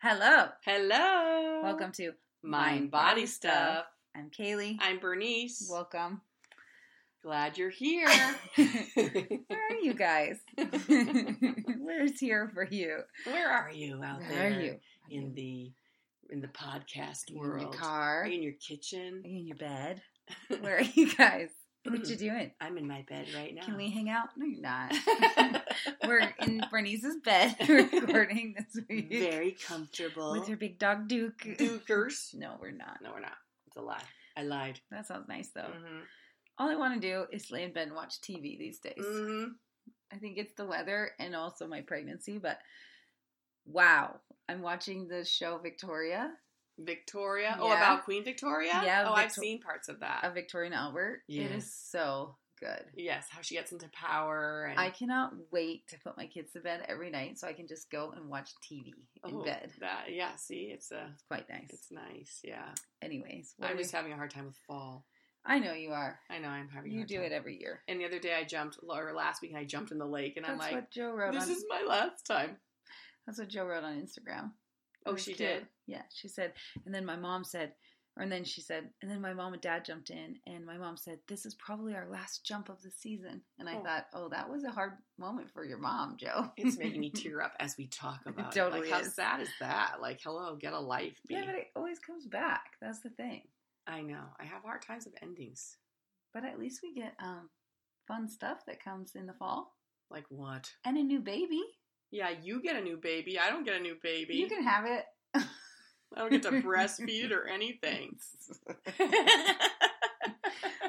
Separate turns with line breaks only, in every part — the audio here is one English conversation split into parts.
Hello.
Hello.
Welcome to
Mind Body Stuff.
I'm Kaylee.
I'm Bernice.
Welcome.
Glad you're here.
Where are you guys? Where's here for you?
Where are you out
Where
there?
are you?
in the in the podcast
You
world?
in your car?
Are you
Are
in your kitchen?
you in your bed? Where are you guys? What you doing?
I'm in my bed right now.
Can we hang out? No, you're not. We're in Bernice's bed recording this week
Very comfortable.
with her big dog Duke.
Dukers.
No, we're not.
No, we're not. It's a lie. I lied.
That sounds nice though.
Mhm.
All I want to do is lay in bed and watch TV these days.
Mhm.
I think it's the weather and also my pregnancy, but wow. I'm watching the show Victoria,
Victoria. Oh,
Yeah.
about Queen Victoria.
Yeah,
Oh, I've
Victo-
seen parts of that.
of uh, Victoria and Albert. It is so good.
Yes, how she gets into power. And
I cannot wait to put my kids to bed every night so I can just go and watch TV in
Oh,
bed.
That yeah, see, it's a
It's quite nice.
it's nice. Yeah,
Anyways, what
I'm
we-
just having a hard time with fall.
I know you are.
I know I'm having. a
You
hard
do
time.
it every year.
And the other day I jumped, or last week I jumped in the lake, and
That's
I'm like,
what Joe wrote
this
on.
is my last time.
That's what Joe wrote on Instagram. It
Oh,
was
she
cute.
did.
Yeah, she said, and then my mom said, or and then she said, and then my mom and dad jumped in, and my mom said, "This is probably our last jump of the season." And I
Oh.
thought, oh, that was a hard moment for your mom, Joe.
It's making me tear up as we talk about it.
totally
like, how
is.
sad is that? Like, hello, get a life. B.
yeah, but it always comes back. That's the thing.
I know. I have hard times with endings.
But at least we get um, fun stuff that comes in the fall
Like what?
and a new baby.
Yeah, you get a new baby. I don't get a new baby.
You can have it.
I don't get to breastfeed or anything.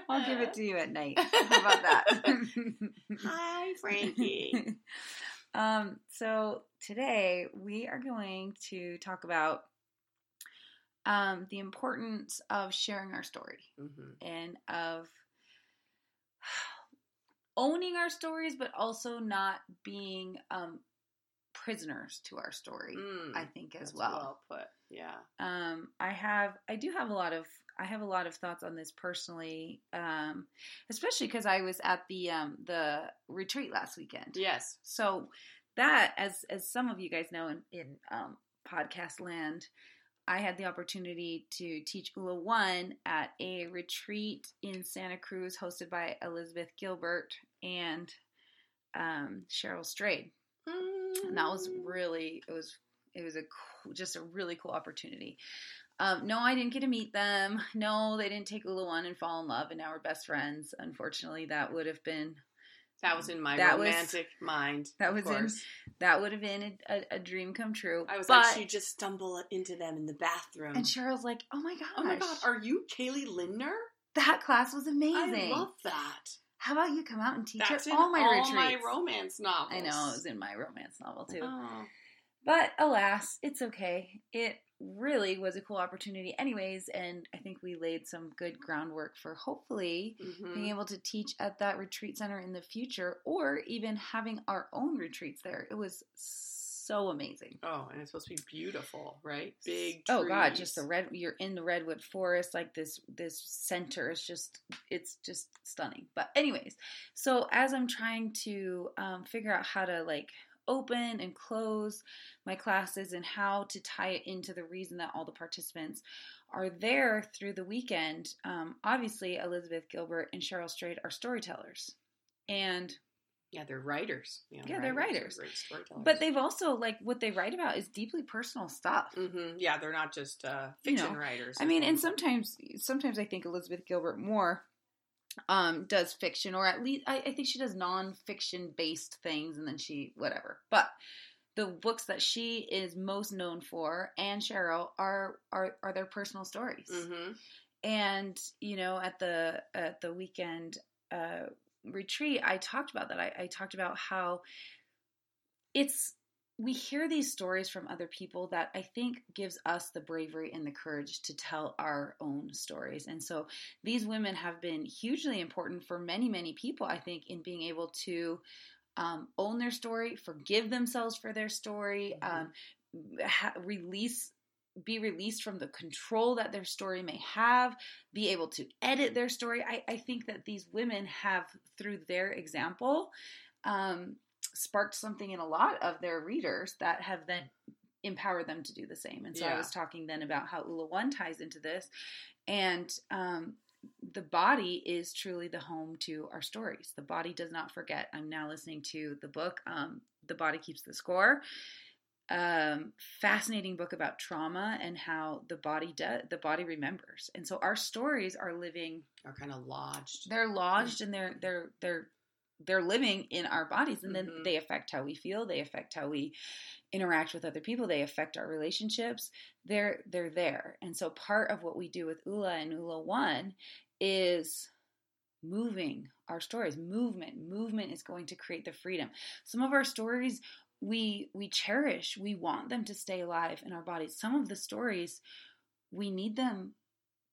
I'll give it to you at night. How about that?
Hi, Frankie.
um, so today we are going to talk about um, the importance of sharing our story
mm-hmm.
and of owning our stories, but also not being um, prisoners to our story. I think as
Mm, That's
well.
put. Yeah.
Um, I have, I do have a lot of, I have a lot of thoughts on this personally, um, especially because I was at the um, the retreat last weekend.
Yes.
So that, as as some of you guys know in, in um, podcast land, I had the opportunity to teach ULA One at a retreat in Santa Cruz hosted by Elizabeth Gilbert and um, Cheryl Strayed, and that was really it was it was a cool, just a really cool opportunity. Um, no, I didn't get to meet them. No, they didn't take Ula One and fall in love, and now we're best friends. Unfortunately, that would have been
that was in my
That was-
romantic mind.
that
of
was in-
course.
That would have been a, a, a dream come true.
I was
but,
like, she just stumbled into them in the bathroom.
and Cheryl's like, oh my gosh,
oh my god, are you Kaylee Lindner?
that class was amazing.
I love that.
How about you come out and teach
That's
at
in
all my
all
retreats?
my romance novels.
I know it was in my romance novel too.
Oh.
But alas, it's okay. It really was a cool opportunity, anyways, and I think we laid some good groundwork for hopefully
Mhm.
being able to teach at that retreat center in the future, or even having our own retreats there. It was so amazing.
Oh, and it's supposed to be beautiful, right? Big.
Oh god,
trees.
just the red you're in the redwood forest like this this center is just it's just stunning. But anyways, so as I'm trying to um, figure out how to like open and close my classes and how to tie it into the reason that all the participants are there through the weekend, um, obviously Elizabeth Gilbert and Cheryl Strait are storytellers. And
Yeah, they're writers. You know,
Yeah, they're writers.
They're great storytellers.
but they've also like what they write about is deeply personal stuff.
Mhm. Yeah, they're not just uh,
You
fiction
know,
writers.
I mean,
Um,
and sometimes, sometimes I think Elizabeth Gilbert more um, does fiction, or at least I, I think she does non-fiction based things, and then she whatever. But the books that she is most known for, and Cheryl, are are are their personal stories.
Mhm.
And you know, at the at the weekend uh, retreat, I talked about that. I, I talked about how it's we hear these stories from other people that I think gives us the bravery and the courage to tell our own stories. And so these women have been hugely important for many, many people, I think, in being able to um, own their story, forgive themselves for their story, um, ha- release. Be released from the control that their story may have, be able to edit their story. I, I think that these women have, through their example, um, sparked something in a lot of their readers that have then empower them to do the same. And so I
Yeah.
was talking then about how Ula One ties into this, and um, the body is truly the home to our stories. The body does not forget. I'm now listening to the book, um, "The Body Keeps the Score." Um, fascinating book about trauma and how the body does the body remembers, and so our stories are living.
Are kind of lodged.
They're lodged and they're they're they're they're living in our bodies, and then
Mhm.
they affect how we feel. They affect how we interact with other people. They affect our relationships. They're they're there, and so part of what we do with ULA and ULA One is moving our stories. Movement, movement is going to create the freedom. Some of our stories we we cherish. We want them to stay alive in our bodies. Some of the stories we need them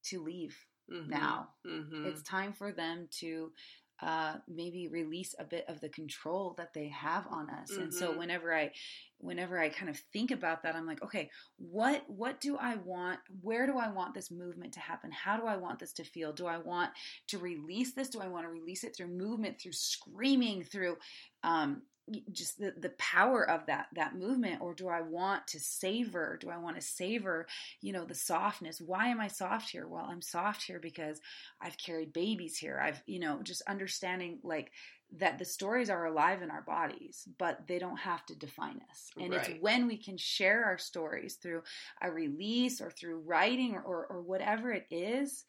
to leave
Mhm.
now
Mhm.
it's time for them to uh, maybe release a bit of the control that they have on us and so
Mhm.
whenever i whenever i kind of think about that i'm like okay what what do i want where do i want this movement to happen how do i want this to feel do i want to release this do i want to release it through movement through screaming through um, y- just the, the power of that that movement or do i want to savor do i want to savor you know the softness why am i soft here well i'm soft here because I've carried babies here. I've, you know, just understanding like that the stories are alive in our bodies, but they don't have to define us. And
Right.
it's when we can share our stories through a release or through writing or, or, or whatever it is,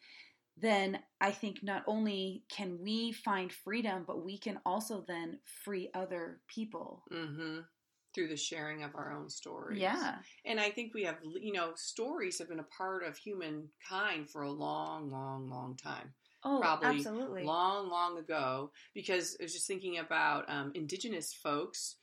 then I think not only can we find freedom, but we can also then free other people.
Mhm. Through the sharing of our own stories.
Yeah.
And I think we have, you know, stories have been a part of humankind for a long, long, long time.
Oh,
Probably
absolutely.
long, long ago, because I was just thinking about um, indigenous folks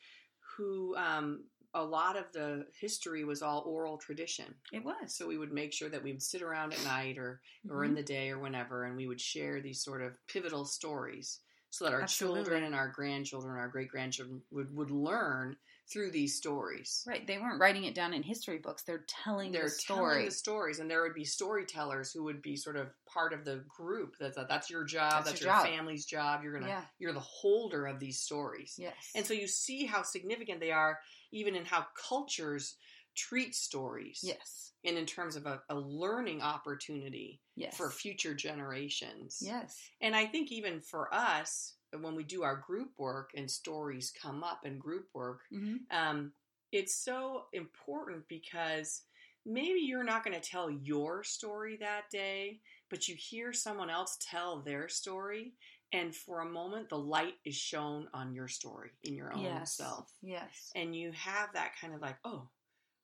who um, a lot of the history was all oral tradition.
it was. Mm-hmm.
So we would make sure that we would sit around at night or, or in the day or whenever, and we would share these sort of pivotal stories so that our
Absolutely.
children and our grandchildren, our great grandchildren would, would learn through these stories.
Right. They weren't writing it down in history books. They're telling
They're
the story.
telling the stories, and there would be storytellers who would be sort of part of the group. That's that's your job. That's,
That's
your,
your job.
family's job. You're gonna
yeah.
you're the holder of these stories,
Yes.
and so you see how significant they are, even in how cultures treat stories,
yes.
and in terms of a, a learning opportunity
Yes.
for future generations.
Yes.
And I think even for us, when we do our group work and stories come up in group work,
hmm
um, it's so important because maybe you're not going to tell your story that day, but you hear someone else tell their story, and for a moment, the light is shown on your story in your own
Yes.
self.
Yes.
And you have that kind of like, oh,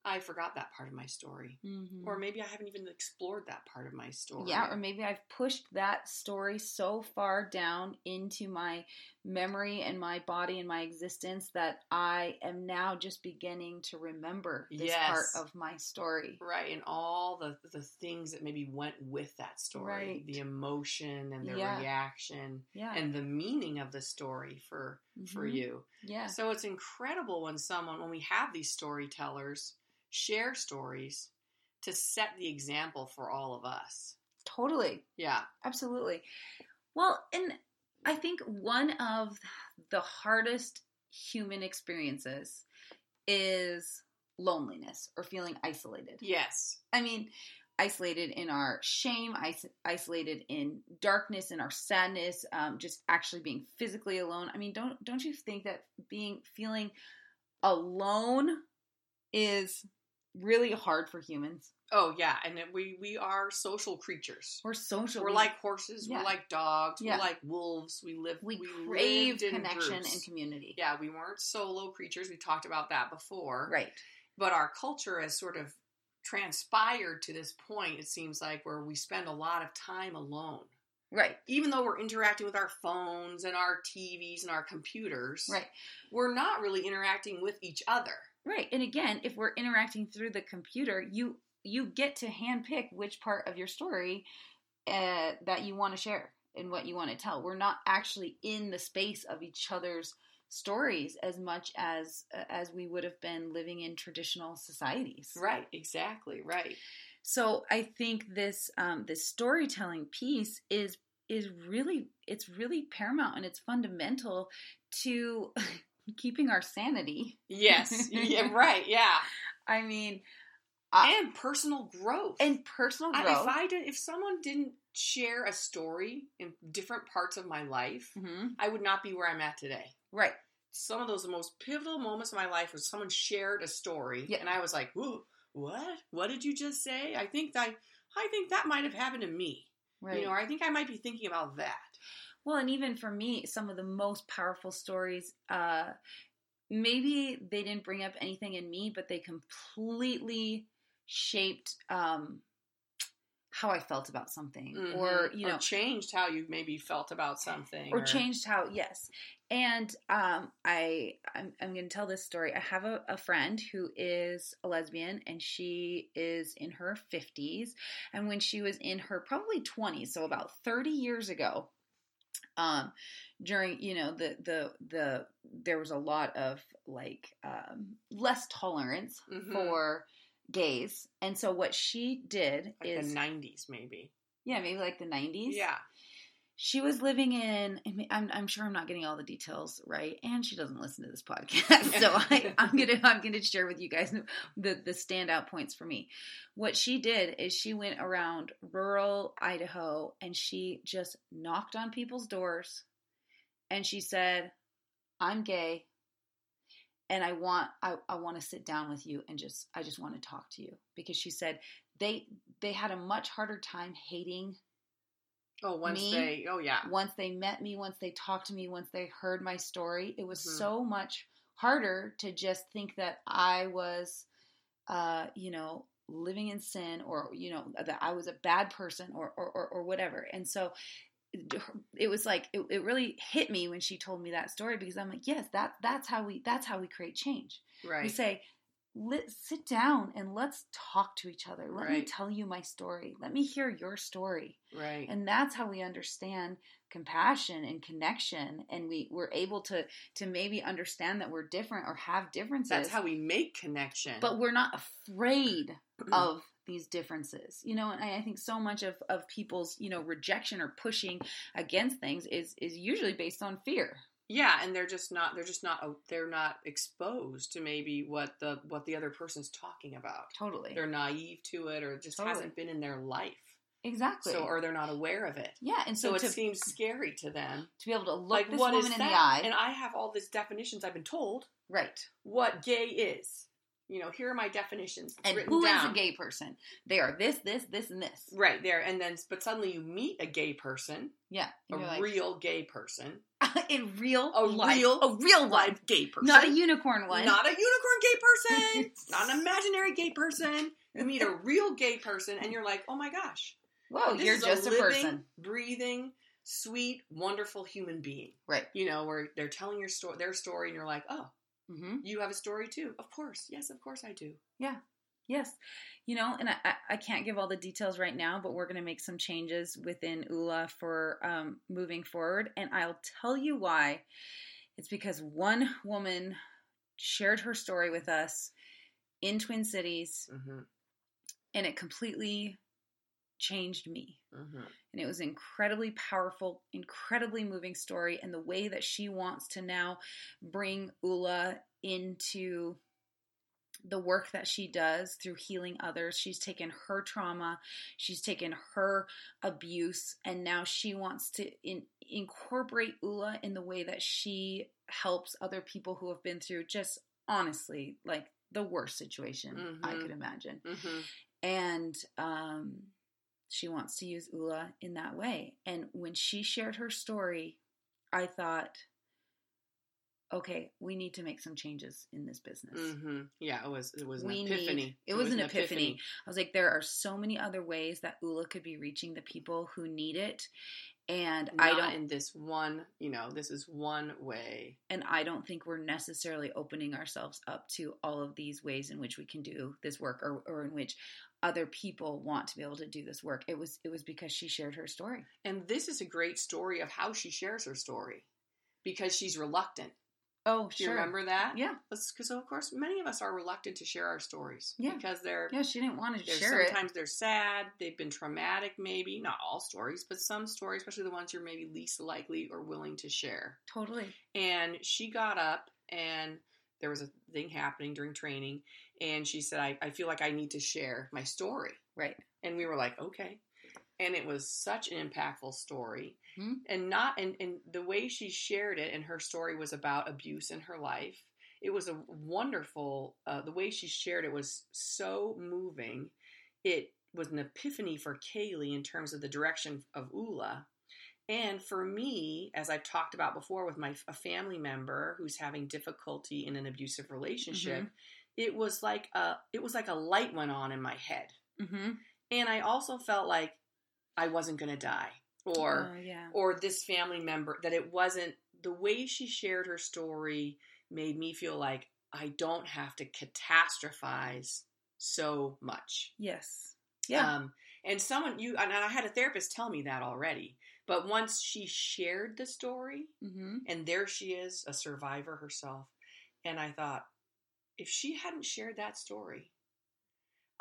I forgot that part of my story.
Mhm.
Or maybe I haven't even explored that part of my story.
yeah, or maybe I've pushed that story so far down into my memory and my body and my existence that I am now just beginning to remember this
Yes.
part of my story.
Right, and all the the things that maybe went with that story,
Right.
the emotion and the
Yeah.
reaction
Yeah.
and the meaning of the story for for
Mhm.
you.
Yeah.
So it's incredible when someone when we have these storytellers share stories to set the example for all of us.
Totally.
Yeah.
Absolutely. Well, and I think one of the hardest human experiences is loneliness or feeling isolated.
Yes.
I mean, isolated in our shame, is- isolated in darkness, in our sadness, um, just actually being physically alone. I mean, don't don't you think that being feeling alone is really hard for humans?
Oh yeah, and it, we we are social creatures.
We're social.
We're
we-
like horses.
Yeah.
We're like dogs.
Yeah.
We're like wolves. We live.
we, crave
lived in
connection
groups.
and community.
Yeah, we weren't solo creatures. We talked about that before.
Right.
but our culture has sort of transpired to this point it seems like where we spend a lot of time alone
Right.
even though we're interacting with our phones and our TVs and our computers
Right.
we're not really interacting with each other
Right. And again, if we're interacting through the computer, you you get to handpick which part of your story uh, that you want to share and what you want to tell. We're not actually in the space of each other's stories as much as uh, as we would have been living in traditional societies.
right exactly right
So I think this um, this storytelling piece is is really it's really paramount and it's fundamental to keeping our sanity.
Yes. yeah, right. Yeah.
I mean,
and personal growth.
Uh, and personal
I-
growth.
if I did, if someone didn't share a story in different parts of my life,
Mhm.
I would not be where I'm at today.
Right.
Some of those most pivotal moments of my life was someone shared a story,
Yeah.
and I was like, "Ooh, what? What did you just say? I think that I think that might have happened to me.
Right.
You know, or I think I might be thinking about that.
Well, and even for me, some of the most powerful stories, uh, maybe they didn't bring up anything in me, but they completely shaped um, how I felt about something, or
Mhm.
you know,
changed how you maybe felt about something,
or, changed how. Yes, and um, I I'm, I'm going to tell this story. I have a, a friend who is a lesbian, and she is in her fifties, and when she was in her probably twenties, so about thirty years ago, um during you know the the the there was a lot of like um less tolerance
Mhm.
for gays and so what she did
like
is
the '90s, maybe.
yeah maybe like the 90s
Yeah.
she was living in I mean, I'm, I'm sure i'm not getting all the details right and she doesn't listen to this podcast so I, i'm gonna i'm gonna share with you guys the the standout points for me what she did is she went around rural idaho and she just knocked on people's doors and she said i'm gay and i want i, I want to sit down with you and just i just want to talk to you because she said they they had a much harder time hating
Oh, once
Me?
they. Oh, yeah.
once they met me, once they talked to me, once they heard my story, it was
Mhm.
so much harder to just think that I was, uh, you know, living in sin or, you know, that I was a bad person or, or, or, or whatever. And so it was like, it, it really hit me when she told me that story because I'm like, yes, that, that's how we, that's how we create change.
Right.
We say, Let, sit down and let's talk to each other. Let me
Right.
tell you my story. Let me hear your story.
right.
And that's how we understand compassion and connection and we, we're able to to maybe understand that we're different or have differences.
That's how we make connection.
but we're not afraid of these differences. You know, and I, I think so much of, of people's, you know, rejection or pushing against things is is usually based on fear.
yeah, and they're just not. They're just not. They're not exposed to maybe what the what the other person's talking about.
Totally.
They're naive to it, or it just
Totally.
hasn't been in their life.
exactly.
So, or they're not aware of it.
yeah, and
So,
so,
it
to, to
seems scary to them.
be able to look
Like,
this
what is
woman in
that?
the eye.
And I have all these definitions I've been told
right.
what gay is. You know, here are my definitions. It's
And
written
who is
down.
a gay person? They are this, this, this, and this.
Right there, and then, but suddenly you meet a gay person,
Yeah.
a
And you're like,
real gay person,
in real
A
life.
real
a real life,
live gay person,
not a unicorn one.
Not a unicorn gay person. not an imaginary gay person. You meet a real gay person, and you're like, oh my gosh.
Whoa,
this
you're
is
just a,
living,
person,
breathing, sweet, wonderful human being.
right?
You know, where they're telling your story, their story, and you're like, oh,
Mm-hmm.
you have a story too. Of course, yes, of course I do.
Yes, you know, and I, I- I can't give all the details right now, but we're going to make some changes within ULA for um, moving forward, and I'll tell you why. It's because one woman shared her story with us in Twin Cities,
Mm-hmm.
and it completely changed me.
Mm-hmm.
and it was an incredibly powerful, incredibly moving story, and the way that she wants to now bring Ula into the work that she does through healing others. She's taken her trauma, she's taken her abuse, and now she wants to in, incorporate Ula in the way that she helps other people who have been through just honestly like the worst situation I
Mhm.
could imagine
Mm-hmm.
and um, she wants to use Ula in that way. And when she shared her story, I thought, okay, we need to make some changes in this business.
Mm-hmm. Yeah, it was. It was an
We need-
epiphany.
it was an epiphany. I was like, there are so many other ways that Ula could be reaching the people who need it, and I
Not
don't,
in this one. You know, this is one way.
and I don't think we're necessarily opening ourselves up to all of these ways in which we can do this work, or, or in which other people want to be able to do this work. It was, it was because she shared her story.
And this is a great story of how she shares her story, because she's reluctant.
Oh,
Do
sure.
you remember that?
Yeah,
Because of course, many of us are reluctant to share our stories
Yeah.
because they're,
yeah. She didn't want to
they're
share it.
sometimes they're sad, they've been traumatic, maybe not all stories, but some stories, especially the ones you're maybe least likely or willing to share.
Totally.
And she got up and there was a thing happening during training and she said I, I feel like i need to share my story
Right.
and we were like okay and it was such an impactful story
Mhm.
and not and, and the way she shared it and her story was about abuse in her life it was a wonderful uh, the way she shared it was so moving it was an epiphany for kaylee in terms of the direction of ula and for me as i've talked about before with my a family member who's having difficulty in an abusive relationship it was like a it was like a light went on in my head
Mm-hmm.
and I also felt like I wasn't going to die or
oh, yeah.
or this family member that it wasn't the way she shared her story made me feel like I don't have to catastrophize so much.
Yes. Yeah.
Um, and someone you and I had a therapist tell me that already. But once she shared the story,
mm-hmm.
and there she is, a survivor herself. And I thought, if she hadn't shared that story,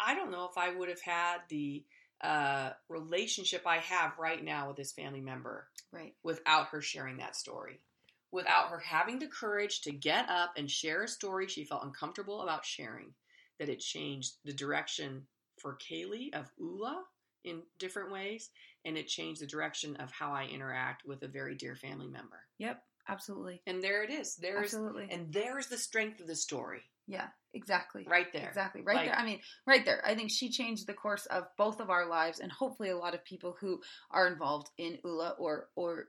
I don't know if I would have had the uh, relationship I have right now with this family member
Right.
without her sharing that story, without her having the courage to get up and share a story she felt uncomfortable about sharing, that it changed the direction for Kaylee of Ula in different ways, and it changed the direction of how I interact with a very dear family member.
Yep. Absolutely.
And there it is. There's
Absolutely.
and there's the strength of the story
yeah. Exactly.
right there.
Exactly. Right
Like-
there. I mean, right there. I think she changed the course of both of our lives and hopefully a lot of people who are involved in ULA or or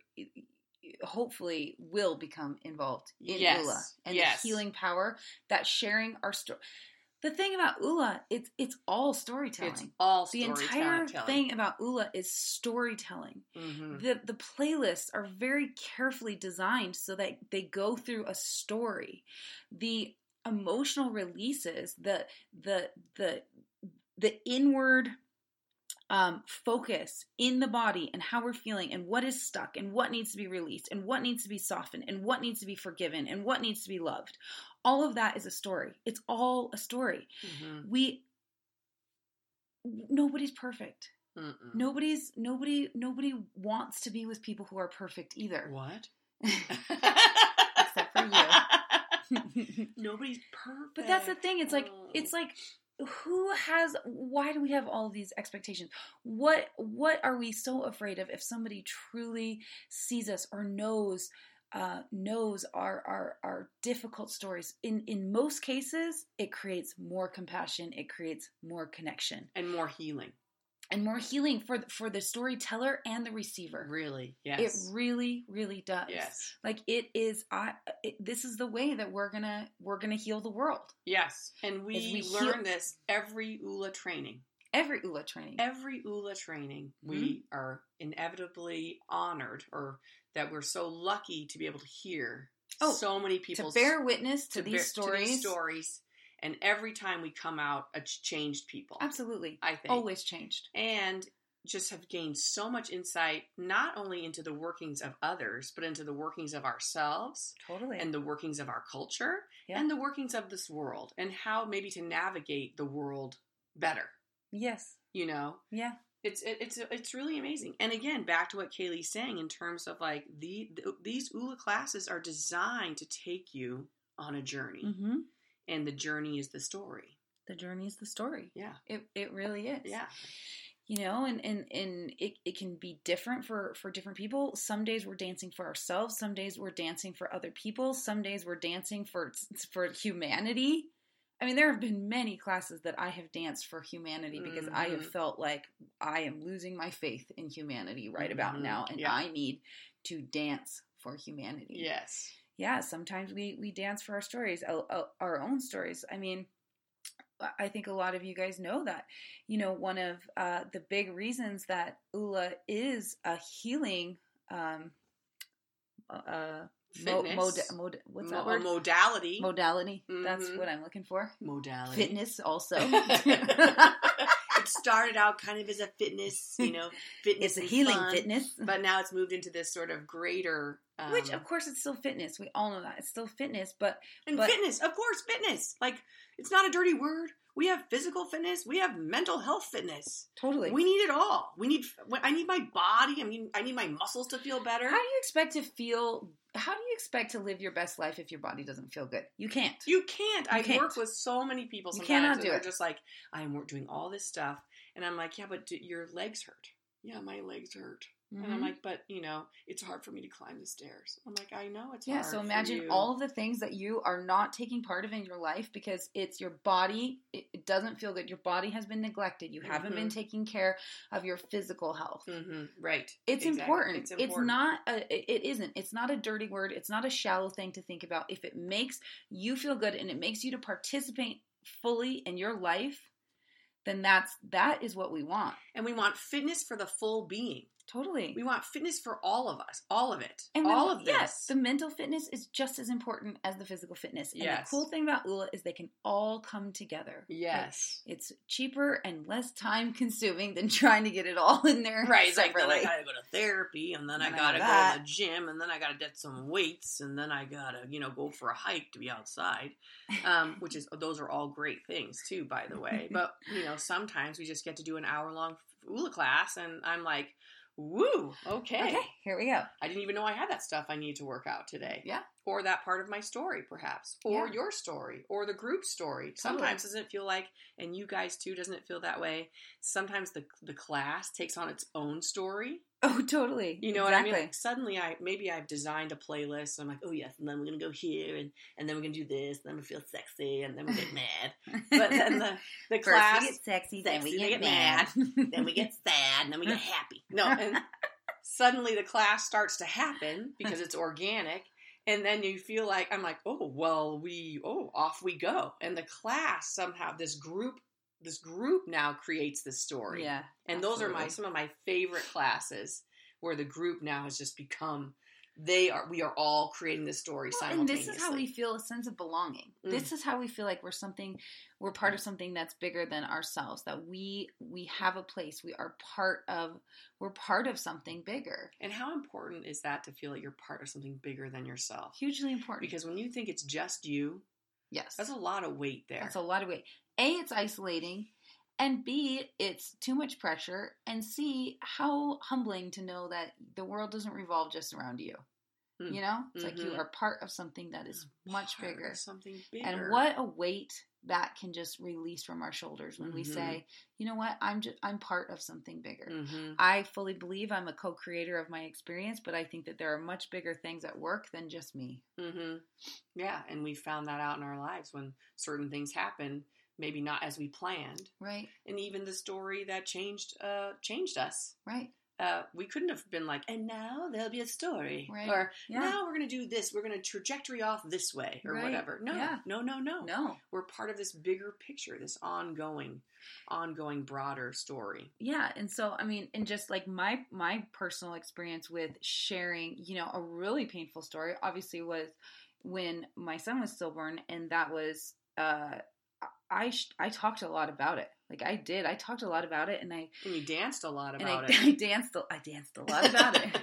hopefully will become involved in
Yes.
ULA and
Yes.
the healing power that sharing our story. The thing about ULA, it's it's all storytelling.
It's all
the
storytelling.
entire thing about ULA is storytelling.
Mhm.
The the playlists are very carefully designed so that they go through a story. The emotional releases, the the the the inward um, focus in the body and how we're feeling and what is stuck and what needs to be released and what needs to be softened and what needs to be forgiven and what needs to be loved. All of that is a story. It's all a story.
Mhm.
We nobody's perfect.
Mm-mm.
Nobody's nobody nobody wants to be with people who are perfect either.
What?
Except for you.
Nobody's perfect.
but that's the thing. It's like
Oh.
it's like who has why do we have all these expectations? What what are we so afraid of if somebody truly sees us or knows uh, knows our, our our difficult stories? In in most cases, it creates more compassion. It creates more connection
and more healing.
and more healing for for the storyteller and the receiver.
Really?
It
Yes.
really, really does.
yes.
Like it is. I. It, this is the way that we're gonna we're gonna heal the world.
Yes. And we,
As we heal-
learn this every ULA training.
Every ULA training.
Every ULA training, we
Mm-hmm.
are inevitably honored, or that we're so lucky to be able to hear
Oh,
so many
to
people's
bear witness to,
to
these
bear-
stories.
stories. And every time we come out, it's changed people.
Absolutely.
I think.
Always changed.
And just have gained so much insight, not only into the workings of others, but into the workings of ourselves
Totally.
and the workings of our culture
Yeah.
and the workings of this world and how maybe to navigate the world better.
yes.
You know,
Yeah.
it's it, it's it's really amazing. And again, back to what Kaylee's saying in terms of like the, the these ULA classes are designed to take you on a journey,
Mm-hmm.
and the journey is the story.
The journey is the story.
Yeah.
It it really is.
Yeah.
you know and and and it, it can be different for for different people some days we're dancing for ourselves some days we're dancing for other people some days we're dancing for for humanity i mean there have been many classes that i have danced for humanity because i have
Mhm.
felt like i am losing my faith in humanity right about
Mhm.
now and
Yeah.
i need to dance for humanity
Yes.
yeah sometimes we we dance for our stories o- o- our own stories i mean I- i think a lot of you guys know that you know one of uh, the big reasons that ula is a healing um uh mo-
Fitness.
mod- mod- what's that
Mo-
word
modality.
modality that's
Mhm.
what i'm looking for
modality.
fitness also
it started out kind of as a fitness, you know, fitness.
it's a
and
healing
fun,
fitness
But now it's moved into this sort of greater Um,
Which, of course, it's still fitness. We all know that. It's still fitness, but
and
but-
fitness, of course, fitness. Like it's not a dirty word. We have physical fitness. We have mental health fitness.
totally.
We need it all. We need. I need my body. I mean, I need my muscles to feel better.
how do you expect to feel? How do you expect to live your best life if your body doesn't feel good? You can't.
You can't.
You
I
can't.
work with so many people.
You
Sometimes
cannot
and
do
they're
it.
Just like I'm wor- doing all this stuff, and I'm like, yeah, but do, your legs hurt. Yeah, my legs hurt, and I'm
Mhm.
like, but you know, it's hard for me to climb the stairs. I'm like, I know it's
yeah.
Hard
So
for
imagine
you.
all the things that you are not taking part of in your life because it's your body. It it doesn't feel good. Your body has been neglected. You haven't
Mm-hmm.
been taking care of your physical health.
Mhm, right.
It's,
Exactly.
important. it's
important.
not a, it- it isn't. It's not a dirty word. It's not a shallow thing to think about. If it makes you feel good and it makes you to participate fully in your life, then that's that is what we want.
And we want fitness for the full being.
Totally.
We want fitness for all of us, all of it,
and
all
the,
of this.
Yes, the mental fitness is just as important as the physical fitness. And the
Yes.
cool thing about ULA is they can all come together. Like,
Yes.
it's cheaper and less time consuming than trying to get it all in there.
Right, it's like then
separately.
I gotta go to therapy, and then
And
I
I
gotta
got
go
that.
to the gym, and then I gotta get some weights, and then I gotta, you know, go for a hike to be outside. Um, which is those are all great things too, by the way. But you know, sometimes we just get to do an hour long ULA class, and I'm like, woo, okay.
okay, here we go.
I didn't even know I had that stuff I need to work out today.
Yeah.
Or that part of my story, perhaps, or
Yeah.
your story, or the group story.
Totally.
Sometimes doesn't it feel like, and you guys too, doesn't it feel that way? Sometimes the the class takes on its own story.
Oh, totally.
You know
exactly.
what I mean? Like suddenly, I maybe I've designed a playlist. And I'm like, oh yes, and then we're gonna go here, and and then we're gonna do this, and then we feel sexy, and then we get mad. But then the the
First
class,
we get sexy, then we
sexy,
get,
then we get
mad.
then we get sad, and then we get happy. No, and suddenly the class starts to happen because it's organic, and then you feel like I'm like, oh well, we oh off we go, and the class somehow this group this group now creates this story,
Yeah,
and those are my
absolutely.
some of my favorite classes where the group now has just become they are we are all creating this story
Well, and
simultaneously.
this is how we feel a sense of belonging.
Mm.
This is how we feel like we're something, we're part of something that's bigger than ourselves. That we we have a place. We are part of. We're part of something bigger.
and how important is that to feel that you're part of something bigger than yourself?
Hugely important.
Because when you think it's just you,
yes,
that's a lot of weight there.
That's a lot of weight. A, it's isolating, and B, it's too much pressure, and C, how humbling to know that the world doesn't revolve just around you.
Hmm.
You know, it's like you
Mhm.
are part of something that is much
Part of
bigger.
Something bigger.
And what a weight that can just release from our shoulders when we
Mhm.
say, you know what, I'm just I'm part of something bigger.
Mhm.
I fully believe I'm a co-creator of my experience, but I think that there are much bigger things at work than just me.
Mhm. Yeah, and we found that out in our lives when certain things happen, maybe not as we planned,
Right?
and even the story that changed uh, changed us.
Right.
Uh, we couldn't have been like, and now there'll be a story,
Right.
or
Yeah.
now we're going to do this. We're going to trajectory off this way, or
Right.
whatever. No,
Yeah.
no, no, no,
No.
We're part of this bigger picture, this ongoing, ongoing, broader story.
yeah and so i mean and just like my my personal experience with sharing you know a really painful story obviously was when my son was stillborn and that was uh i sh- i talked a lot about it like i did i talked a lot about it and i
And you danced a lot
and I,
about
I
it.
danced a, I danced a lot about it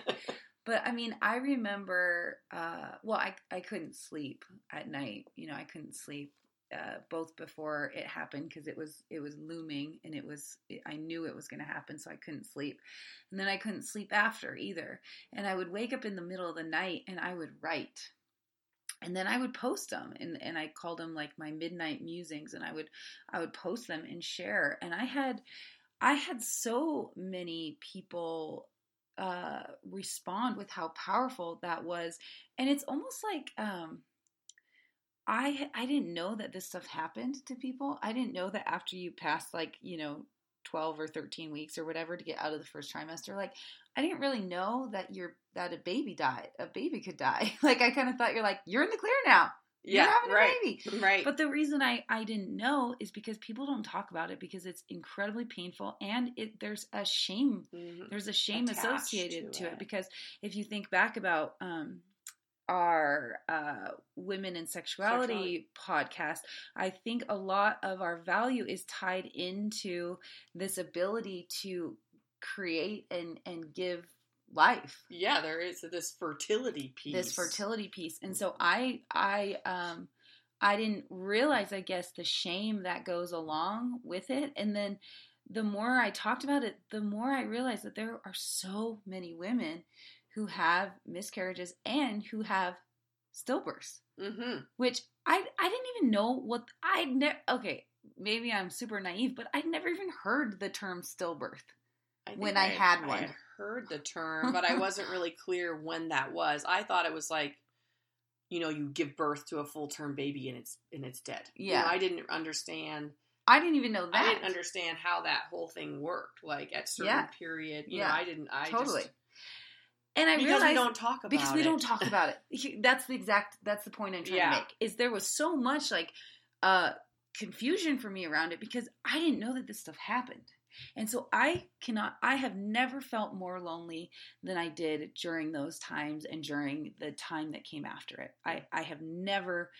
but I mean, I remember. Uh, well, I I couldn't sleep at night. You know, I couldn't sleep uh, both before it happened because it was it was looming, and it was I knew it was going to happen, so I couldn't sleep, and then I couldn't sleep after either. And I would wake up in the middle of the night, and I would write. And then I would post them, and, and I called them like my midnight musings, and I would I would post them and share. And I had I had so many people uh, respond with how powerful that was, and it's almost like um, I I didn't know that this stuff happened to people. I didn't know that after you pass like you know twelve or thirteen weeks or whatever to get out of the first trimester, like I didn't really know that you're that a baby died, a baby could die. Like I kind of thought you're like you're in the clear now.
yeah,
you're having
right,
a baby.
right.
But the reason I, I didn't know is because people don't talk about it because it's incredibly painful and it there's a shame
Mhm.
there's a shame
Attached
associated
to
to it.
it.
because if you think back about um, our uh, women and sexuality, podcast, I think a lot of our value is tied into this ability to create and and give life
Yeah, there is this fertility piece.
this fertility piece and so i i um i didn't realize i guess the shame that goes along with it and then the more i talked about it the more i realized that there are so many women who have miscarriages and who have stillbirths
Mm-hmm.
which i i didn't even know what i ne- okay maybe i'm super naive but i'd never even heard the term stillbirth
think
When I had one.
had heard the term, but I wasn't really clear when that was. I thought it was like, you know, you give birth to a full term baby and it's and it's dead. You
Yeah.
know, I didn't understand.
i didn't even know that
I didn't understand how that whole thing worked. Like at certain
Yeah.
period, you
Yeah.
know, I didn't. I
totally
Just,
and i
because
realized
we don't talk about
because we
it.
don't talk about it. He- That's the exact. That's the point I'm trying
Yeah.
to make. Is there was so much like uh, confusion for me around it because I didn't know that this stuff happened, and so I cannot. I have never felt more lonely than I did during those times and during the time that came after it. I I have never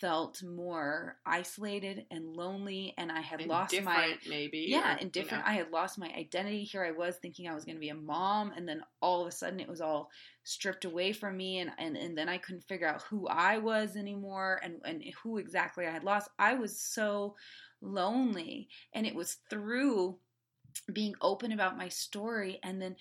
felt more isolated and lonely, and I had
And
lost my
different, maybe.
yeah
or,
and
you
different
know.
i had lost my identity here i was thinking i was going to be a mom and then all of a sudden it was all stripped away from me and and, and then i couldn't figure out who i was anymore and and who exactly i had lost i was so lonely and it was through being open about my story and then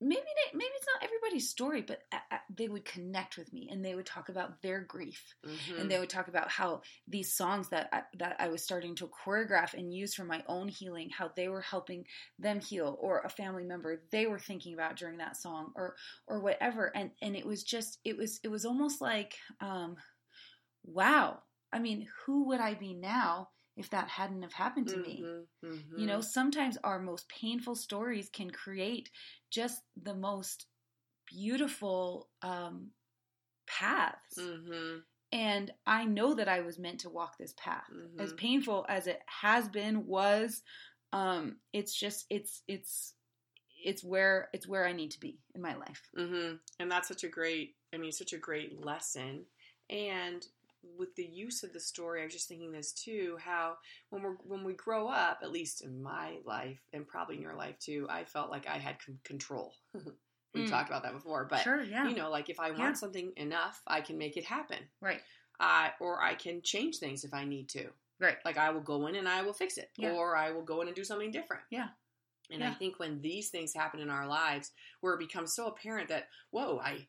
maybe they, maybe it's not everybody's story but uh, uh, they would connect with me and they would talk about their grief
Mhm.
and they would talk about how these songs that I, that I was starting to choreograph and use for my own healing, how they were helping them heal, or a family member they were thinking about during that song, or or whatever. And and it was just it was it was almost like, um, wow. I mean, who would I be now if that hadn't have happened to me?
Mhm, mhm.
You know, sometimes our most painful stories can create just the most beautiful um, paths.
Mhm.
And I know that I was meant to walk this path. As
Mhm.
painful as it has been, was, um, it's just it's it's it's where it's where I need to be in my life.
hmm And that's such a great, I mean, such a great lesson. And with the use of the story, I was just thinking this too, how when we're when we grow up, at least in my life and probably in your life too, I felt like I had con- control. We've
Mm.
talked about that before, but
sure, yeah.
you know, like if I want
Yeah.
something enough, I can make it happen.
right,
I or I can change things if I need to.
right.
Like I will go in and I will fix it,
Yeah.
or I will go in and do something different.
Yeah.
And I
Yeah.
think when these things happen in our lives, where it becomes so apparent that whoa, I,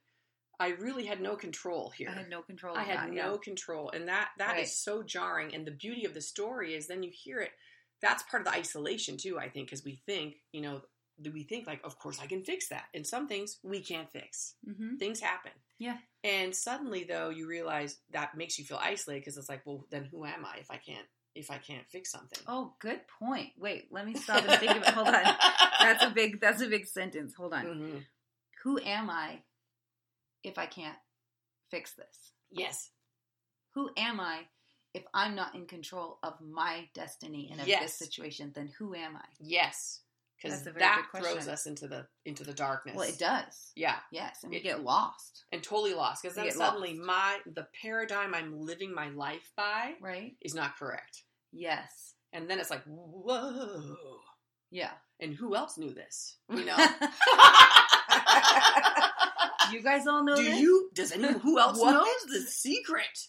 I really had no control here.
I had no control.
I
of
had
that,
no control, and that that is
Right.
so jarring. And the beauty of the story is then you hear it. That's part of the isolation too, I think, because we think you know that we think like, of course I can fix that, and some things we can't fix
Yeah. hmm
things happen.
Yeah.
And suddenly though you realize that makes you feel isolated because it's like, well, then who am I if I can't if I can't fix something?
Oh, good point. Wait, let me stop and think about. Hold on, that's a big that's a big sentence. Hold on.
Mhm.
Who am I if I can't fix this?
Yes.
who am I if I'm not in control of my destiny and of
Yes.
this situation? Then who am I?
Yes. Because
That's a very
that
good
throws
question.
us into the into the darkness.
Well, it does.
Yeah.
Yes, and we
It-
get lost,
And totally lost. Because
You
then
get lost.
suddenly my the paradigm I'm living my life by
right?
is not correct.
Yes.
And then it's like, whoa.
Yeah.
And who else knew this? You know?
Do you guys all know
Do
this?
you? Does anyone who else
What?
knows the secret?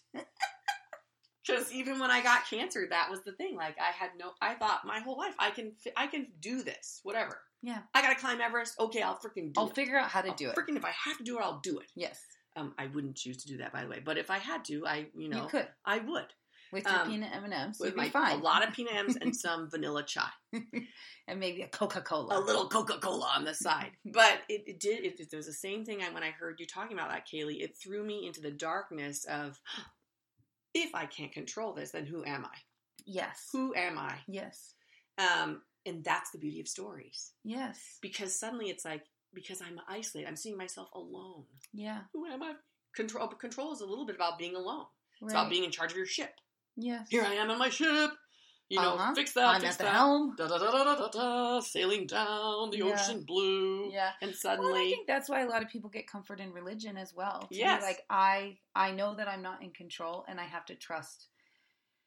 Because even when I got cancer, that was the thing. Like I had no. I thought my whole life I can. fi- I can do this. Whatever.
Yeah.
I gotta climb Everest. Okay, I'll freaking do
I'll
it.
figure out how to
I'll
do it.
Freaking, if I have to do it, I'll do it.
Yes.
Um, I wouldn't choose to do that, by the way. But if I had to, I, you
You,
know,
could
I would.
with your
um,
peanut M and M's. You'd
With
be
my,
fine.
a lot of peanut M's and some vanilla chai,
and maybe a Coca Cola.
a little Coca Cola on the side. But it, it did. It, it was the same thing. I when I heard you talking about that, Kaylee, it threw me into the darkness of if I can't control this, then who am I?
Yes.
Who am I?
Yes.
Um, and that's the beauty of stories
Yes.
because suddenly it's like because I'm isolated, I'm seeing myself alone.
Yeah.
Who am I? Control control is a little bit about being alone.
Right.
It's about being in charge of your ship.
yes.
Here I am on my ship. You know,
Uh-huh.
fix that,
I'm
fix
at the
that.
helm.
Da, da, da, da, da, da, da, sailing down the
Yeah.
ocean blue.
Yeah. Well, and
And
I
suddenly,
think that's why a lot of people get comfort in religion as well. To be
Yes.
like I, I know that I'm not in control, and I have to trust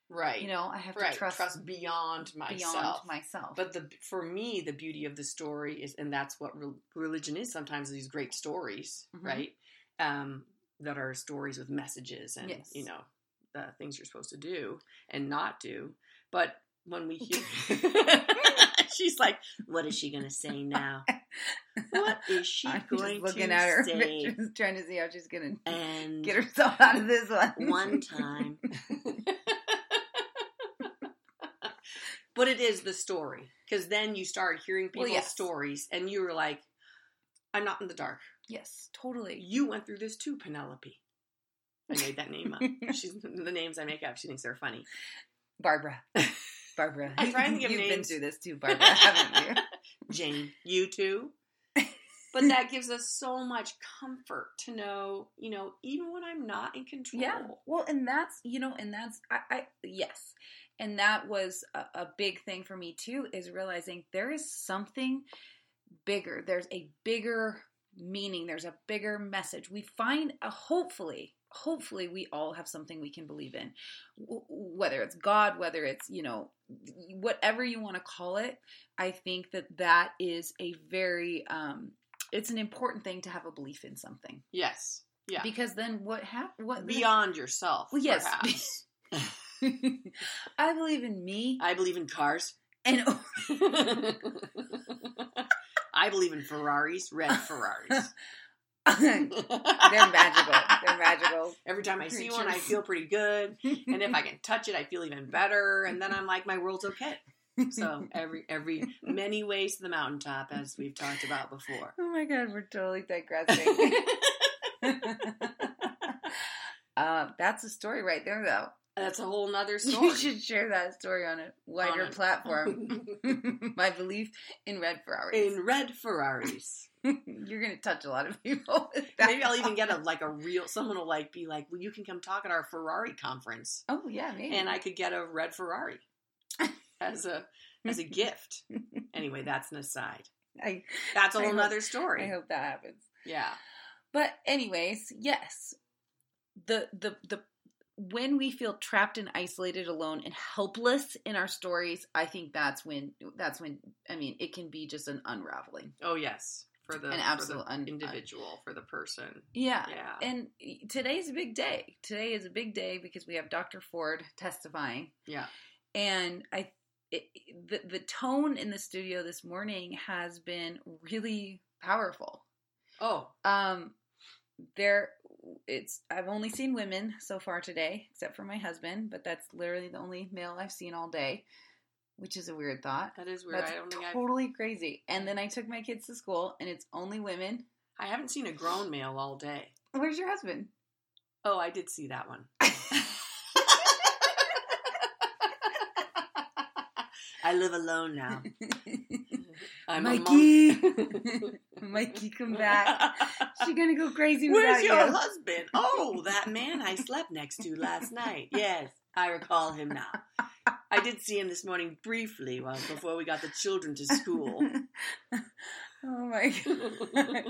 Right.
You know, I have
right.
to trust,
beyond myself.
beyond myself.
But the for me, the beauty of the story is, and that's what re- religion is. Sometimes these great stories,
Mhm.
right? Um, that are stories with messages and
Yes.
you know the things you're supposed to do and not do. But when we hear, she's like, "What is she going to say now? What is she
I'm
going
just looking
to
at her
say?"
pictures, trying to see how she's gonna
And
get herself out of this one.
one time. but it is the story because then you start hearing
Well,
people's
yes.
stories and you were like, I'm not in the dark.
yes, totally.
You went through this too, Penelope. I made that name up. She's the names I make up. She thinks they're funny.
Barbara. Barbara.
I'm trying to give
You've been
names.
through this too, Barbara, haven't you?
Jane, you too. But that gives us so much comfort to know, you know, even when I'm not in control.
Yeah. Well, and that's, you know, and that's, I, I yes. And that was a, a big thing for me too, is realizing there is something bigger. There's a bigger meaning. There's a bigger message. We find a hopefully, hopefully we all have something we can believe in, W- whether it's God, whether it's, you know, whatever you want to call it. I think that that is a very, um, it's an important thing to have a belief in something
Yes. Yeah.
because then what hap- what
Beyond yourself.
Well, yes.
Perhaps.
I believe in me
I believe in cars.
and
I believe in Ferraris, red Ferraris.
they're magical. They're magical.
Every time I see one, I
Creatures.
feel pretty good, and if I can touch it, I feel even better. And then I'm like, my world's okay. So every every many ways to the mountaintop, as we've talked about before.
oh my god, we're totally digressing. uh, that's a story right there, though.
That's a whole nother
You
story.
should share that story on a wider
On a-
platform. my belief in red Ferraris.
in red Ferraris.
You're gonna touch a lot of people. with that.
Maybe I'll even get a like a real. Someone will like be like, "Well, you can come talk at our Ferrari conference."
Oh yeah, maybe.
and I could get a red Ferrari as a as a gift. Anyway, that's an aside.
I,
That's a
I
whole
hope-
nother
I
story.
hope that happens.
Yeah.
But anyways, yes. The the the when we feel trapped and isolated alone and helpless in our stories, I think that's when that's when I mean, it can be just an unraveling.
Oh yes, for the
An
for the
absolute un-
individual, for the person.
Yeah.
Yeah.
And today's a big day. Today is a big day because we have Dr. Ford testifying.
Yeah.
And I it, the the tone in the studio this morning has been really powerful.
Oh,
Um, there, it's I've only seen women so far today, except for my husband, but that's literally the only male I've seen all day, which is a weird thought.
that is weird.
that's
I don't think I've
totally crazy. And then I took my kids to school, and it's only women.
I haven't seen a grown male all day.
Where's your husband?
Oh, I did see that one. I live alone now. I'm a monk.
Mikey, Mikey, come back. She's gonna go crazy
Where's
without
your
you.
husband? Oh, that man I slept next to last night. Yes, I recall him now. I did see him this morning briefly well, before we got the children to school.
oh my god.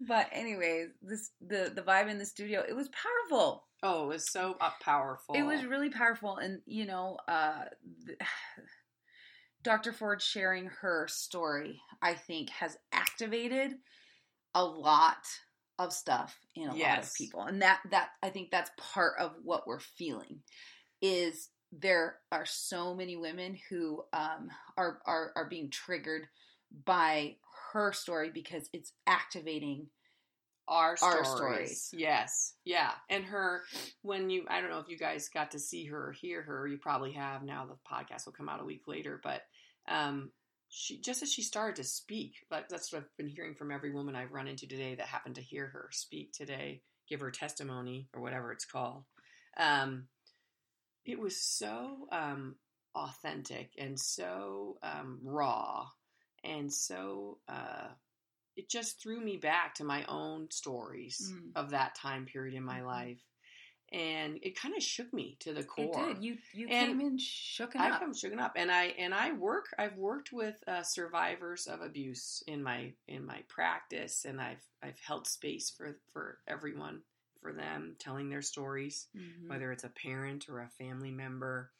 But anyways, this the the vibe in the studio, it was powerful.
oh, it was so uh, powerful.
It was really powerful, and you know, uh, th- Dr. Ford sharing her story, I think, has activated a lot of stuff in a lot of
Yes.
people, and that that I think that's part of what we're feeling is there are so many women who um, are are are being triggered by her story because it's activating
our stories.
our stories.
Yes, yeah. And her, when you, I don't know if you guys got to see her or hear her. You probably have now. The podcast will come out a week later, but um, she just as she started to speak, like that's what I've been hearing from every woman I've run into today that happened to hear her speak today, give her testimony or whatever it's called. Um, it was so um, authentic and so um, raw and so. Uh, it just threw me back to my own stories
Mm.
of that time period in my
Mhm.
life, and it kind of shook me to the core.
It did. You you
And
came in shook
I
up.
come shooken up, and I and I work. I've worked with uh, survivors of abuse in my in my practice, and I've I've held space for for everyone for them telling their stories,
Mhm.
whether it's a parent or a family member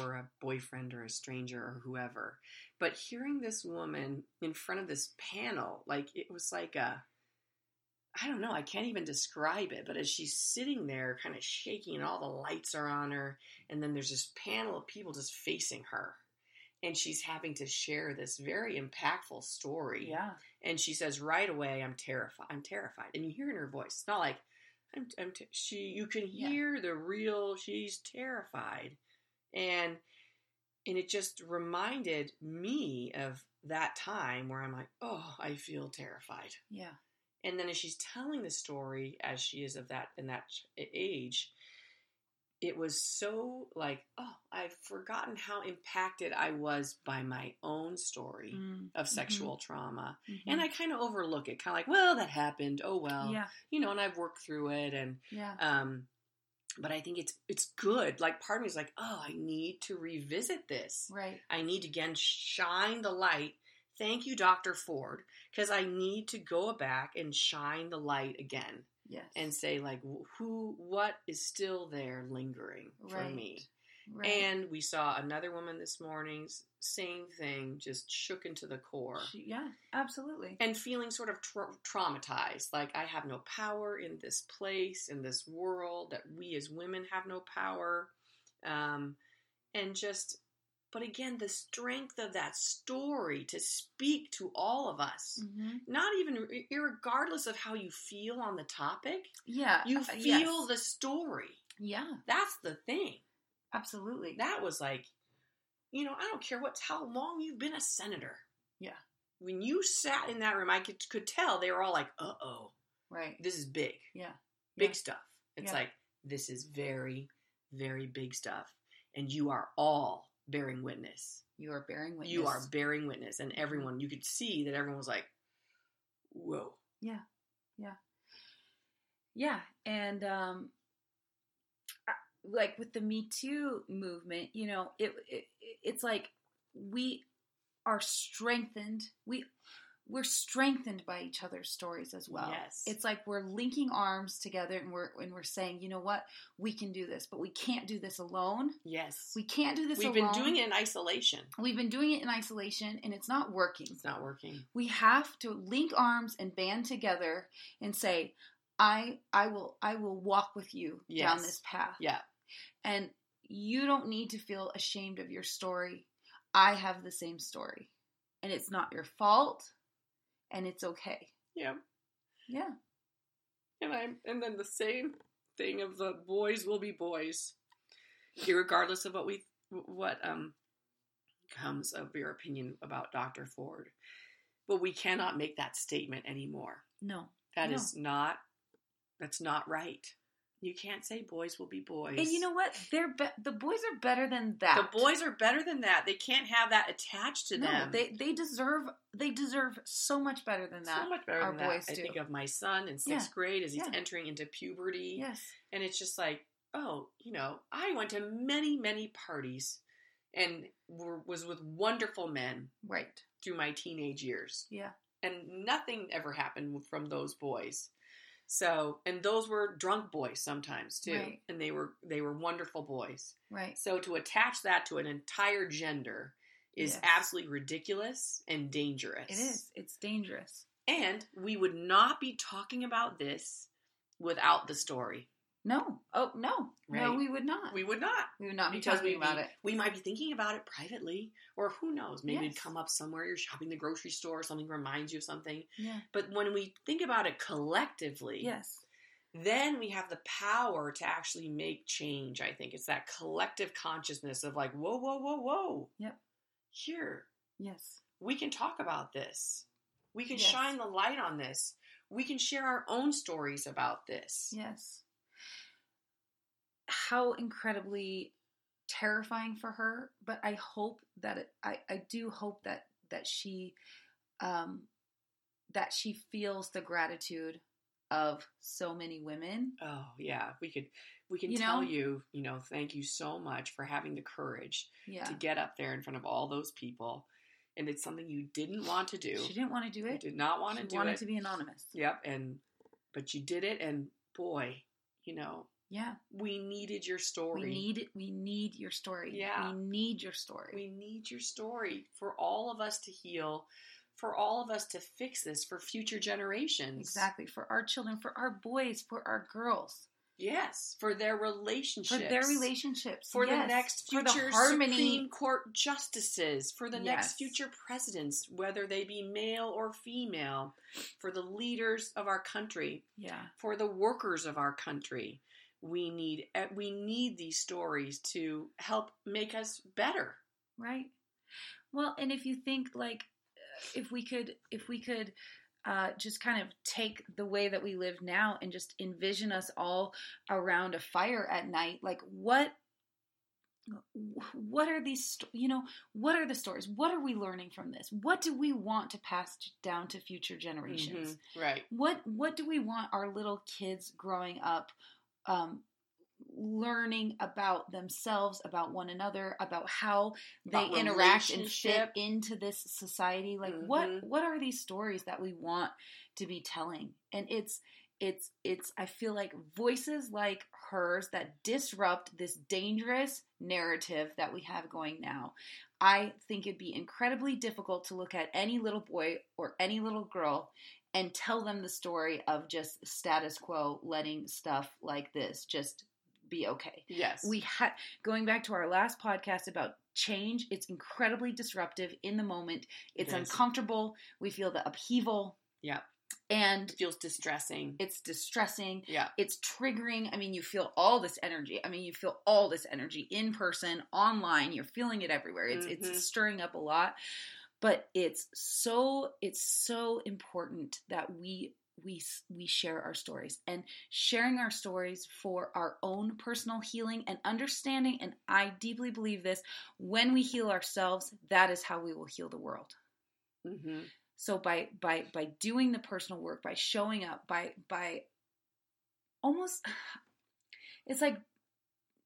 or a boyfriend or a stranger or whoever. But hearing this woman in front of this panel, like it was like a I don't know, I can't even describe it, but as she's sitting there kind of shaking and all the lights are on her and then there's this panel of people just facing her. And she's having to share this very impactful story.
Yeah.
And she says right away, "I'm terrified. I'm terrified." And you hear in her voice, it's not like, "I'm." I'm t-. She, you can
Yeah.
hear the real. She's terrified, and and it just reminded me of that time where I'm like, "Oh, I feel terrified."
Yeah.
And then as she's telling the story, as she is of that in that age, it was so like, "Oh, I've forgotten how impacted I was by my own story."
Mm.
Of sexual trauma,
Mhm.
and I kind of overlook it, kind of like, well, that happened. Oh well,
yeah.
you know. And I've worked through it, and
Yeah.
um, but I think it's it's good. Like part of me is like, oh, I need to revisit this.
Right.
I need to again shine the light. Thank you, Doctor Ford, because I need to go back and shine the light again
Yes.
and say like, wh- who, what is still there lingering for
Right.
me.
right.
And we saw another woman this morning, s- same thing, just shook into the core
She- yeah, absolutely.
and feeling sort of tra- traumatized like i have no power in this place in this world that we as women have no power um, and just but again the strength of that story to speak to all of us
Mhm.
not even regardless of how you feel on the topic
Yeah.
you
uh,
feel
yes.
the story
Yeah,
that's the thing
absolutely.
that was like, you know, I don't care what how long you've been a senator.
Yeah.
When you sat in that room, I could could tell they were all like, "Uh oh,
right.
this is big,
Yeah.
big
Yeah.
stuff." It's
Yeah.
like this is very, very big stuff, and you are all bearing witness.
You are bearing witness.
You are bearing witness, and everyone you could see that everyone was like, "Whoa."
Yeah, and um, I- like with the Me Too movement, you know, it, it it's like we are strengthened. We we're strengthened by each other's stories as well.
Yes.
It's like we're linking arms together and we're and we're saying, you know what, we can do this, but we can't do this alone.
Yes,
We can't do this
we've
alone.
been doing it in isolation.
We've been doing it in isolation and it's not working.
It's not working.
we have to link arms and band together and say i i will i will walk with you down
Yes.
this path
Yeah,
and you don't need to feel ashamed of your story i have the same story and it's not your fault and it's okay
yeah.
yeah
And I and then the same thing of the boys will be boys, regardless of what we what um comes of your opinion about Dr. Ford. But we cannot make that statement anymore.
no
That
No.
is not that's not right. You can't say boys will be boys.
and you know what they're be- the boys are better than that
the boys are better than that. They can't have that attached to
no,
them.
they they deserve they deserve so much better than that
so much better
our
than that.
boys
I
do.
think of my son in sixth grade as he's
Yeah.
entering into puberty.
yes
And it's just like, oh, you know, I went to many, many parties and were, was with wonderful men
right
through my teenage years.
Yeah.
And nothing ever happened from those boys. So, and those were drunk boys sometimes too.
Right.
And they were they were wonderful boys.
right
So to attach that to an entire gender is
Yes.
absolutely ridiculous and dangerous.
it is it's dangerous
And we would not be talking about this without the story.
No. Oh no. No,
Right.
we would not.
We would not.
we would not be
because
talking
we
about
be,
it.
We might be thinking about it privately, or who knows? Maybe
Yes.
it'd come up somewhere. You're shopping the grocery store, something reminds you of something.
Yeah.
But when we think about it collectively,
Yes.
then we have the power to actually make change. I think it's that collective consciousness of like, whoa, whoa, whoa, whoa.
Yep.
Here,
Yes.
we can talk about this. We can
Yes.
shine the light on this. We can share our own stories about this.
Yes. How incredibly terrifying for her, but I hope that it, I I do hope that that she um that she feels the gratitude of so many women.
Oh yeah, we could we can
You
tell
know?
you, you know, thank you so much for having the courage
Yeah.
to get up there in front of all those people. And it's something you didn't want to do.
She didn't want to do
You
it.
did not want
she
to do
wanted
it.
to be anonymous.
Yep, and but you did it and boy, you know,
Yeah.
we needed your story.
We need we need your story.
Yeah.
We need your story.
We need your story for all of us to heal, for all of us to fix this for future generations.
exactly. For our children, for our boys, for our girls.
Yes, for their relationships.
For their relationships.
For
yes,
the next
for
future
the harmony.
Supreme Court justices, for the
Yes.
next future presidents, whether they be male or female, for the leaders of our country,
Yeah.
for the workers of our country, we need eh, we need these stories to help make us better.
Right. Well, and if you think like if we could if we could uh, just kind of take the way that we live now and just envision us all around a fire at night like what what are these sto- you know what are the stories what are we learning from this what do we want to pass down to
Mm-hmm.
future generations
Mhm, Right.
what what do we want our little kids growing up um, learning about themselves about one another about how they
About
interact and fit
relationship.
into this society like what
Mhm.
what are these stories that we want to be telling and it's it's it's i feel like voices like hers that disrupt this dangerous narrative that we have going now i think it'd be incredibly difficult to look at any little boy or any little girl and tell them the story of just status quo letting stuff like this just be okay
Yes.
we had going back to our last podcast about change it's incredibly disruptive in the moment it's
It is.
uncomfortable we feel the upheaval
Yeah.
and
It feels distressing.
it's distressing
Yeah.
it's triggering i mean you feel all this energy i mean you feel all this energy in person online you're feeling it everywhere it's
Mhm.
it's stirring up a lot but it's so it's so important that we we s- we share our stories and sharing our stories for our own personal healing and understanding and i deeply believe this when we heal ourselves that is how we will heal the world
Mm-hmm.
so by by by doing the personal work, by showing up, by by almost it's like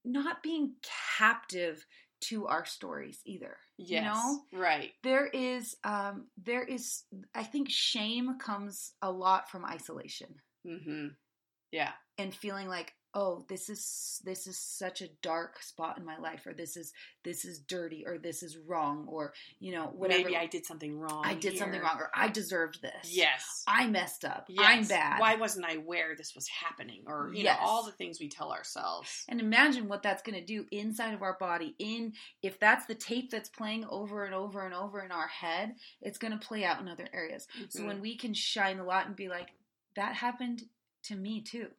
not being captive to our stories either.
Yes.
You know?
Right.
There is um there is I think shame comes a lot from isolation
Mm-hmm. Yeah.
and feeling like oh this is this is such a dark spot in my life or this is this is dirty or this is wrong or you know whatever
Maybe I did something wrong.
I did something
here.
wrong or I deserved this.
Yes.
I messed up.
Yes.
I'm bad.
Why wasn't I aware this was happening? Or you
Yes.
know, all the things we tell ourselves.
And imagine what that's going to do inside of our body. In if that's the tape that's playing over and over and over in our head, it's going to play out in other areas. So
Mhm.
when we can shine the light and be like, "That happened to me too.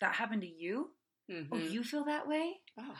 That happened to you.
Mhm.
Oh, you feel that way."
Oh.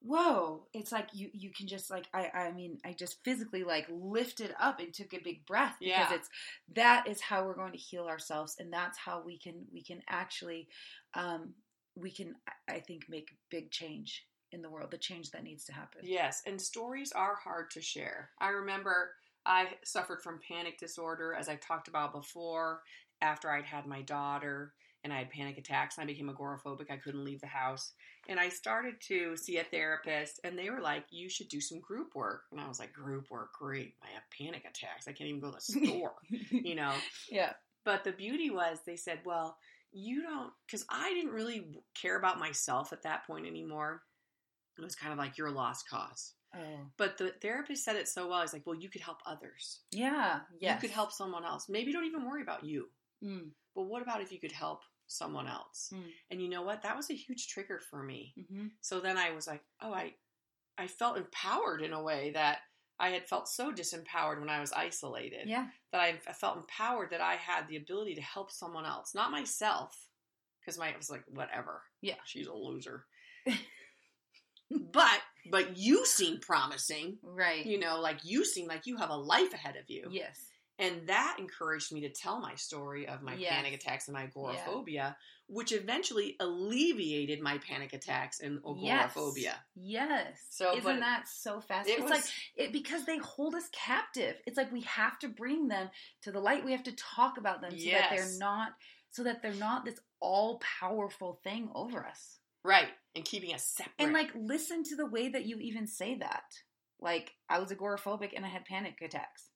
Whoa! It's like you you can just like I I mean I just physically like lifted up and took a big breath because
Yeah.
it's that is how we're going to heal ourselves and that's how we can we can actually um, we can I- I think make big change in the world the change that needs to happen.
Yes, and stories are hard to share. I remember I suffered from panic disorder, as I talked about before, after I'd had my daughter and I had panic attacks and I became agoraphobic. I couldn't leave the house. And I started to see a therapist, and they were like, You should do some group work. And I was like, Group work, great. I have panic attacks. I can't even go to the store, you know?
yeah.
But the beauty was they said, well, you don't, because I didn't really care about myself at that point anymore. It was kind of like you're a lost cause.
Oh.
But the therapist said it so well. He's like, well, you could help others.
Yeah. Yes.
You could help someone else. Maybe don't even worry about you.
Mm.
But what about if you could help someone else?
Mm.
And you know what? That was a huge trigger for me.
hmm
So then I was like, oh, I, I felt empowered in a way that I had felt so disempowered when I was isolated
Yeah.
that I I felt empowered that I had the ability to help someone else, not myself, because my I was like, whatever.
Yeah.
she's a loser. but but you seem promising.
Right.
You know, like you seem like you have a life ahead of you,
Yes.
and that encouraged me to tell my story of my
Yes.
panic attacks and my agoraphobia, which eventually alleviated my panic attacks and agoraphobia.
Yes.
So,
isn't
but-
that so fascinating?
It
it's
was
like it because they hold us captive. It's like we have to bring them to the light. We have to talk about them so that they're
Yes.
not so that they're not this all powerful thing over us.
right and keeping us separate.
And like listen to the way that you even say that. Like I was agoraphobic and I had panic attacks.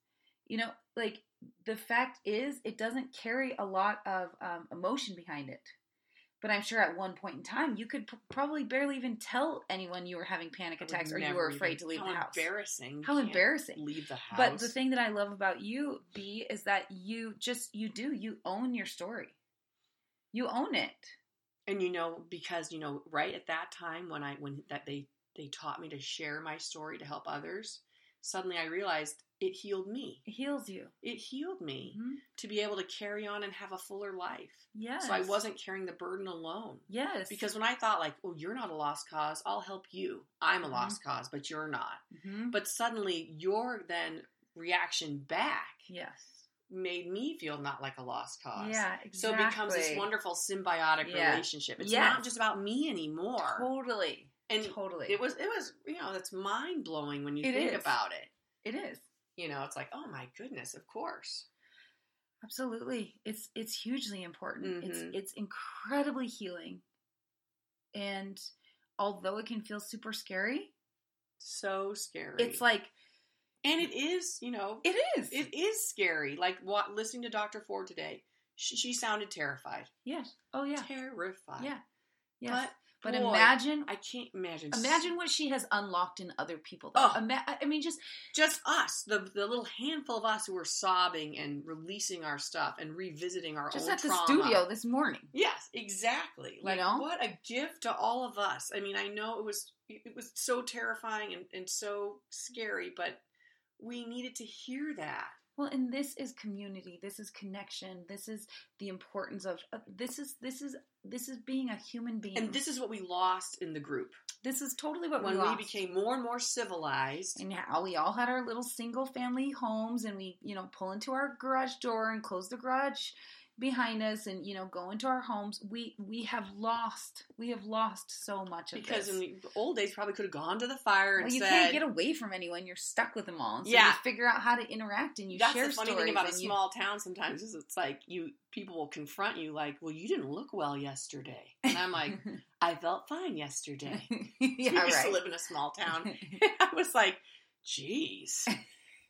You know, like the fact is it doesn't carry a lot of um, emotion behind it. But I'm sure at one point in time, you could p- probably barely even tell anyone you were having panic
I would
attacks or you
never
were
even-
afraid to leave
How
the house.
Embarrassing. You
How
can't
embarrassing.
Leave the house.
But the thing that I love about you, B, is that you just you do you own your story. You own it.
and you know because you know right at that time when i when that they they taught me to share my story to help others suddenly i realized it healed me
It heals you.
it healed me
Mm-hmm.
to be able to carry on and have a fuller life
Yes.
so i wasn't carrying the burden alone
Yes.
because when i thought like oh you're not a lost cause i'll help you i'm a
Mhm.
lost cause but you're not
Mhm.
but suddenly your then reaction back
yes.
made me feel not like a lost cause
Yeah. Exactly.
so it becomes this wonderful symbiotic
Yeah.
relationship. It's
Yes.
not just about me anymore.
Totally.
and
totally.
it was it was you know that's mind blowing when you
It
think
is.
about it.
It is.
You know, it's like oh my goodness, of course.
Absolutely. It's it's hugely important.
Mhm.
It's it's incredibly healing. And although it can feel super scary,
So scary.
it's like
and it is you know
it is.
it is scary. Like what listening to Dr. Ford today, she, she sounded terrified,
yes. Oh yeah.
terrified.
Yeah. Yes. But,
boy,
imagine
I can't imagine.
imagine what she has unlocked in other people. though.
Oh.
Ima- I mean just
just us, the the little handful of us who were sobbing and releasing our stuff and revisiting our
just
own
at the
trauma.
studio this morning.
Yes, exactly.
You
Like
know?
what a gift to all of us. I mean, I know it was it was so terrifying and, and so scary, but we needed to hear that.
Well, and this is community. This is connection. This is the importance of of- this is this is this is being a human being.
And this is what we lost in the group.
this is totally Mm. what
when
we,
we,
lost.
became more and more civilized.
and how we all had our little single family homes and we you know pull into our garage door and close the garage behind us and you know go into our homes we we have lost we have lost so much of
because
this
in the old days probably could have gone to the fire and
well, you
said
can't get away from anyone you're stuck with them all and so
Yeah.
you figure out how to interact and you
That's
share
the funny
stories
thing about a
and you-
small town sometimes is it's like you people will confront you like, Well, you didn't look well yesterday. And I'm like, I felt fine yesterday.
yeah
I used to
right
live in a small town. I was like, geez.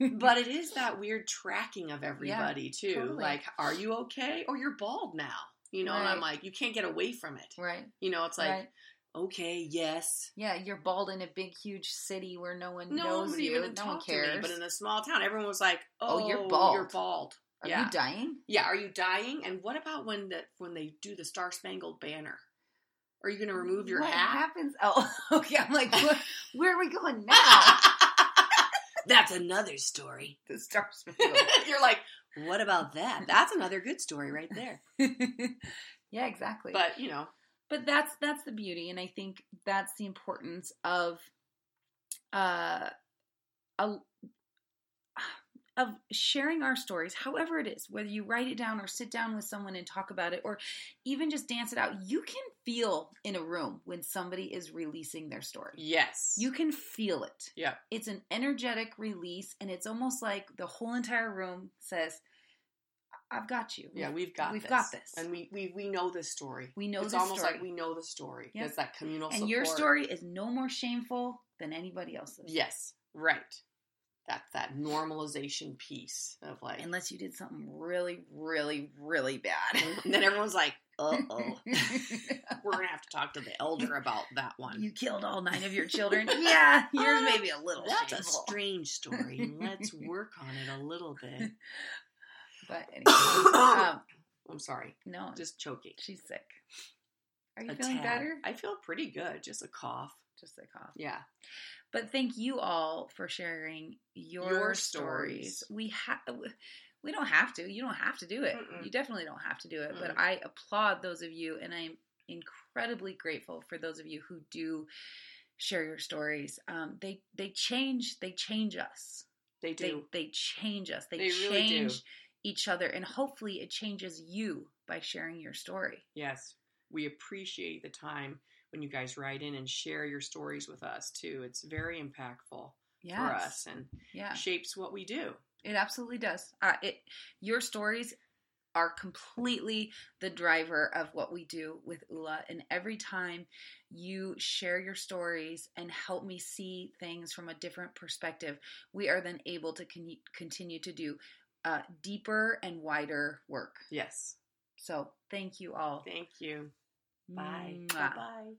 But it is that weird tracking of everybody too.
totally.
Like, are you okay? Or you're bald now. You know, and I'm
Right.
like, you can't get away from it.
right
You know, it's like,
right
okay, yes.
yeah you're bald in a big huge city where no one
No
knows
one's
you
even
no one
talked to
cares
me. But in a small town, everyone was like, oh,
Oh, you're
You're
bald.
bald.
are
yeah.
you dying
yeah. Are you dying? And what about when the when they do the Star Spangled Banner? Are you going to remove your
what
hat?
happens? Oh, okay. I'm like, what, where are we going now?
That's another story.
the Star
You're like, what about that? That's another good story right there.
yeah, exactly.
But you know,
but that's that's the beauty, and I think that's the importance of uh a, of sharing our stories, however it is, whether you write it down or sit down with someone and talk about it, or even just dance it out. You can feel in a room when somebody is releasing their story.
yes,
You can feel it.
Yeah.
It's an energetic release, and it's almost like the whole entire room says, "I- I've got you.
yeah, we've got
We've
this.
got this.
and we we we know this story.
We know
it's
this
almost
story.
like we know the story.
Yes.
It's that communal
and your
support.
story is no more shameful than anybody else's.
Yes, right. That that normalization piece of like, and
Unless you did something really, really, really bad.
then everyone's like, uh oh, we're gonna have to talk to the elder about that one.
you killed all nine of your children. yeah, yours
Uh,
may be a little
That's a
shameful.
strange story. Let's work on it a little bit.
but anyway, um,
I'm sorry,
no,
just choking.
she's sick. Are you
a
feeling
tad.
better?
I feel pretty good. Just a cough.
Just a cough.
Yeah.
But thank you all for sharing your,
Your
stories.
stories.
We have we don't have to. You don't have to do it.
Mm-mm.
You definitely don't have to do it.
Mm-mm.
But I applaud those of you and I'm incredibly grateful for those of you who do share your stories. Um, they they change they change us.
They do.
They they change us. They,
They
change
really do.
each other and hopefully it changes you by sharing your story.
yes. We appreciate the time when you guys write in and share your stories with us too. It's very impactful
Yes.
for us and
Yeah.
shapes what we do.
It absolutely does. Uh, it your stories are completely the driver of what we do with Ula, and every time you share your stories and help me see things from a different perspective, we are then able to con- continue to do uh, deeper and wider work.
Yes.
So thank you all.
Thank you. Bye.
Mwah.
Bye.